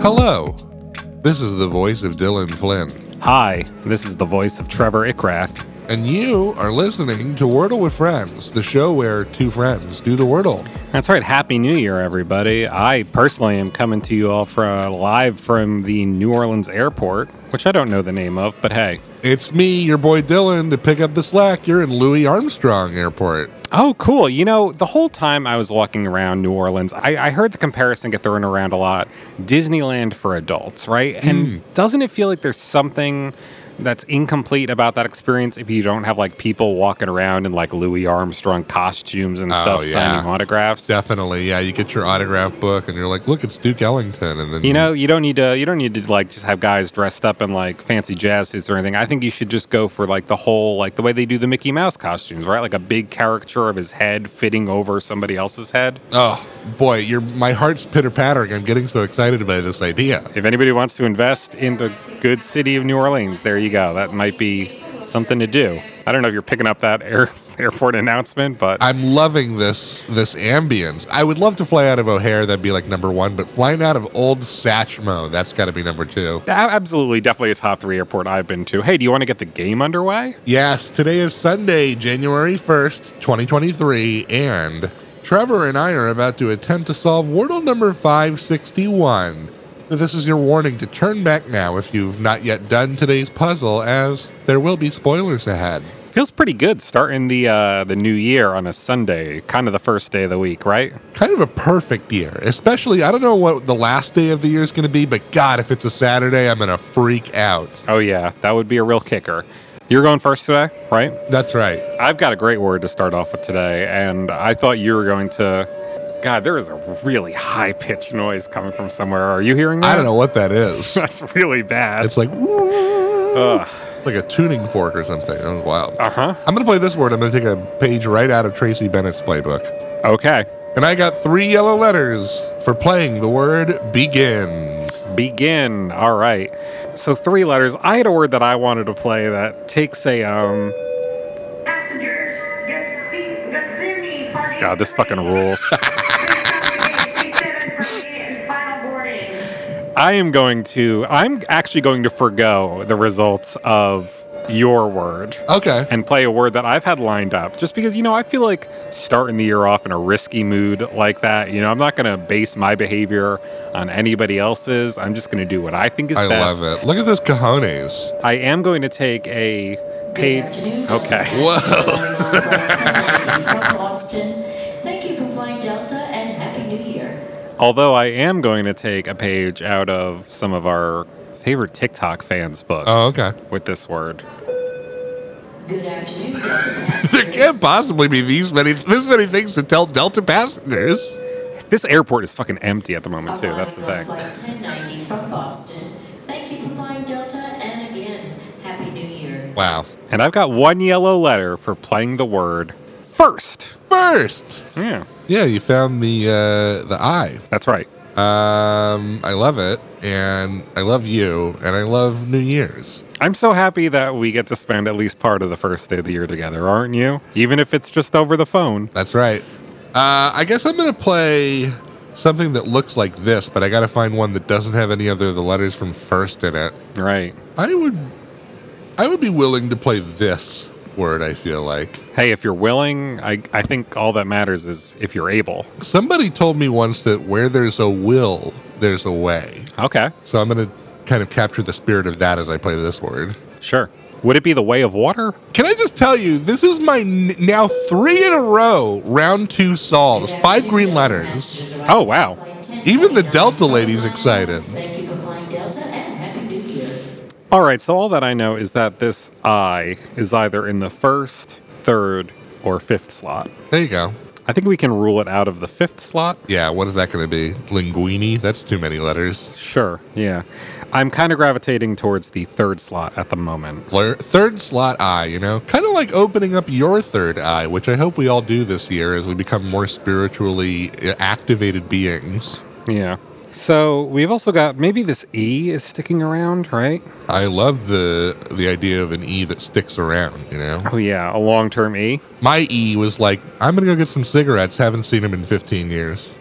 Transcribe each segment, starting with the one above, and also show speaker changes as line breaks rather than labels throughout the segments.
Hello. This is the voice of Dylan Flynn,
Hi, this is the voice of Trevor Ickrath.
and you are listening to Wordle with Friends, the show where two friends do the Wordle.
That's right. Happy New Year, everybody. I personally am coming to you all from, live from the New Orleans airport, which I don't know the name of, but hey.
It's me, your boy Dylan, to pick up the slack. You're in Louis Armstrong Airport.
Oh, cool. You know, the whole time I was walking around New Orleans, I, I heard the comparison get thrown around a lot Disneyland for adults, right?
Hmm.
And doesn't it feel like there's something that's incomplete about that experience if you don't have like people walking around in like Louis Armstrong costumes and
Oh,
stuff
yeah.
signing autographs?
Definitely, yeah. You get your autograph book, and you're like, "Look, it's Duke Ellington." And then
You know, you don't need to. You don't need to like just have guys dressed up in like fancy jazz suits or anything. I think you should just go for like the whole like the way they do the Mickey Mouse costumes, right? Like a big caricature of his head fitting over somebody else's head.
oh boy, you're, my heart's pitter pattering. I'm getting so excited by this idea.
If anybody wants to invest in the good city of New Orleans, there you go. That might be something to do. I don't know if you're picking up that air, airport announcement, but
I'm loving this this ambience. I would love to fly out of O'Hare. That'd be like number one. But flying out of Old Satchmo, that's got to be number two.
a- absolutely, definitely a top three airport I've been to. Hey, do you want to get the game underway?
Yes, today is Sunday, January first, 2023, and Trevor and I are about to attempt to solve Wordle number 561. So This is your warning to turn back now if you've not yet done today's puzzle, as there will be spoilers ahead.
Feels pretty good starting the uh, the new year on a Sunday, kind of the first day of the week, right?
kind of a perfect year. Especially, I don't know what the last day of the year is going to be, but God, if it's a Saturday, I'm going to freak out.
Oh yeah, that would be a real kicker. You're going first today, right?
That's right.
I've got a great word to start off with today, and I thought you were going to. God, there is a really high pitched noise coming from somewhere. Are you hearing that?
I don't know what that is.
That's really bad.
It's like
Ugh.
it's like a tuning fork or something. That was wild.
Uh huh.
I'm going to play this word. I'm going to take a page right out of Tracy Bennett's playbook.
Okay.
And I got three yellow letters for playing the word begin.
Begin. All right. So three letters. I had a word that I wanted to play that takes a um.
Passengers, Gassi- Gassi- party
God, this fucking rules.
and final boarding.
I am going to. I'm actually going to forgo the results of your word.
Okay.
and play a word that I've had lined up just because, you know, I feel like starting the year off in a risky mood like that. You know, I'm not going to base my behavior on anybody else's. I'm just going to do what I think is
I
best.
love it. Look at those cojones.
I am going to take a paid. Okay.
Whoa.
Austin. Thank you for flying Delta and Happy New Year.
Although I am going to take a page out of some of our favorite TikTok fans' books.
Oh, okay.
With this word.
Good afternoon,
There
Delta.
can't possibly be these many this many things to tell Delta passengers.
This airport is fucking empty at the moment, too. That's the
Arriving on
thing.
Flight 1090 from Boston. Thank you for flying Delta and again, Happy New Year.
Wow.
And I've got one yellow letter for playing the word first.
First.
Yeah,
Yeah, you found the uh, the eye.
that's right.
Um, I love it, and I love you, and I love New Year's.
I'm so happy that we get to spend at least part of the first day of the year together, aren't you? Even if it's just over the phone.
That's right. Uh, I guess I'm gonna play something that looks like this, but I gotta find one that doesn't have any other of the letters from first in it.
Right.
I would, I would be willing to play this word. I feel like
Hey, if you're willing, I, I think all that matters is if you're able.
somebody told me once that where there's a will, there's a way.
Okay,
So I'm gonna kind of capture the spirit of that as I play this word.
sure. Would it be the way of water?
Can I just tell you, this is my n- now three in a row round two solves. Five green letters.
Oh, wow.
Even the Delta lady's excited.
Thank you for flying Delta and Happy New Year.
All right, so all that I know is that this I is either in the first, third, or fifth slot.
There you go.
I think we can rule it out of the fifth slot.
Yeah, what is that going to be? Linguini? That's too many letters.
Sure, yeah. I'm kind of gravitating towards the third slot at the moment.
Fleur- Third slot eye, you know? Kind of like opening up your third eye, which I hope we all do this year as we become more spiritually uh, activated beings.
Yeah. So we've also got maybe this E is sticking around, right?
I love the the idea of an E that sticks around, you know?
Oh yeah, a long term E.
My E was like, I'm going to go get some cigarettes. Haven't seen them in 15 years.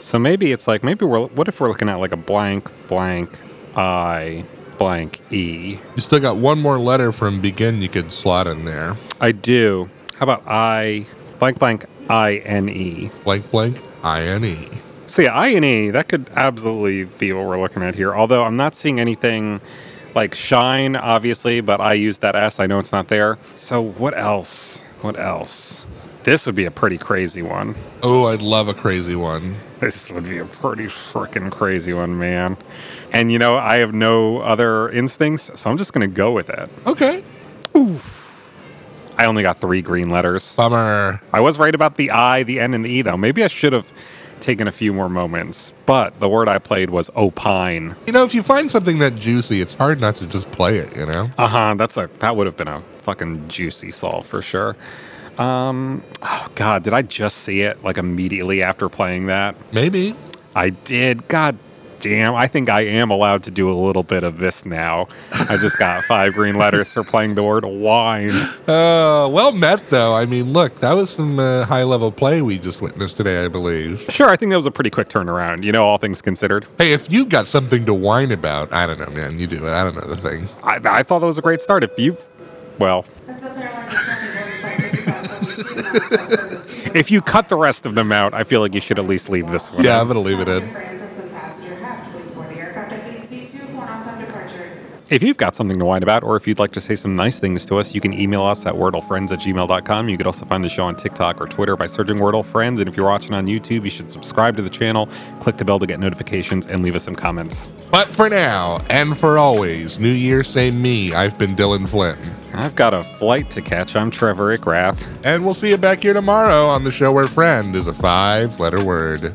So maybe it's like maybe we're what if we're looking at like a blank blank I blank E.
You still got one more letter from begin you could slot in there.
I do. How about I blank blank I N E?
Blank, blank, I N E.
So yeah, I N E, that could absolutely be what we're looking at here. Although I'm not seeing anything like shine, obviously, but I used that S. I know it's not there. So what else? What else? This would be a pretty crazy one.
Oh, I'd love a crazy one.
This would be a pretty freaking crazy one, man. And you know, I have no other instincts, so I'm just gonna go with it.
Okay.
I only got three green letters.
Bummer.
I was right about the I, the N, and the E, though. Maybe I should have taken a few more moments, but the word I played was opine.
You know, if you find something that juicy, it's hard not to just play it, you know?
Uh huh. That's a that would have been a fucking juicy solve for sure. Um, oh god, did I just see it like immediately after playing that?
Maybe.
I did. God damn, I think I am allowed to do a little bit of this now. I just got five green letters for playing the word wine.
Uh, well met, though. I mean, look, that was some uh, high level play we just witnessed today, I believe.
Sure, I think that was a pretty quick turnaround. You know, all things considered.
Hey, if you got something to whine about, I don't know, man. You do it. I don't know the thing.
I, I thought that was a great start. If you've, well, if you cut the rest of them out, I feel like you should at least leave this one.
Yeah, I'm gonna leave it in.
If you've got something to whine about, or if you'd like to say some nice things to us, you can email us at wordlefriends at gmail.com. You could also find the show on TikTok or Twitter by searching Wordle Friends. And if you're watching on YouTube, you should subscribe to the channel, click the bell to get notifications, and leave us some comments.
But for now and for always, New Year, same me. I've been Dylan Flynn.
I've got a flight to catch. I'm Trevor Ickrath.
And we'll see you back here tomorrow on the show where friend is a five letter word.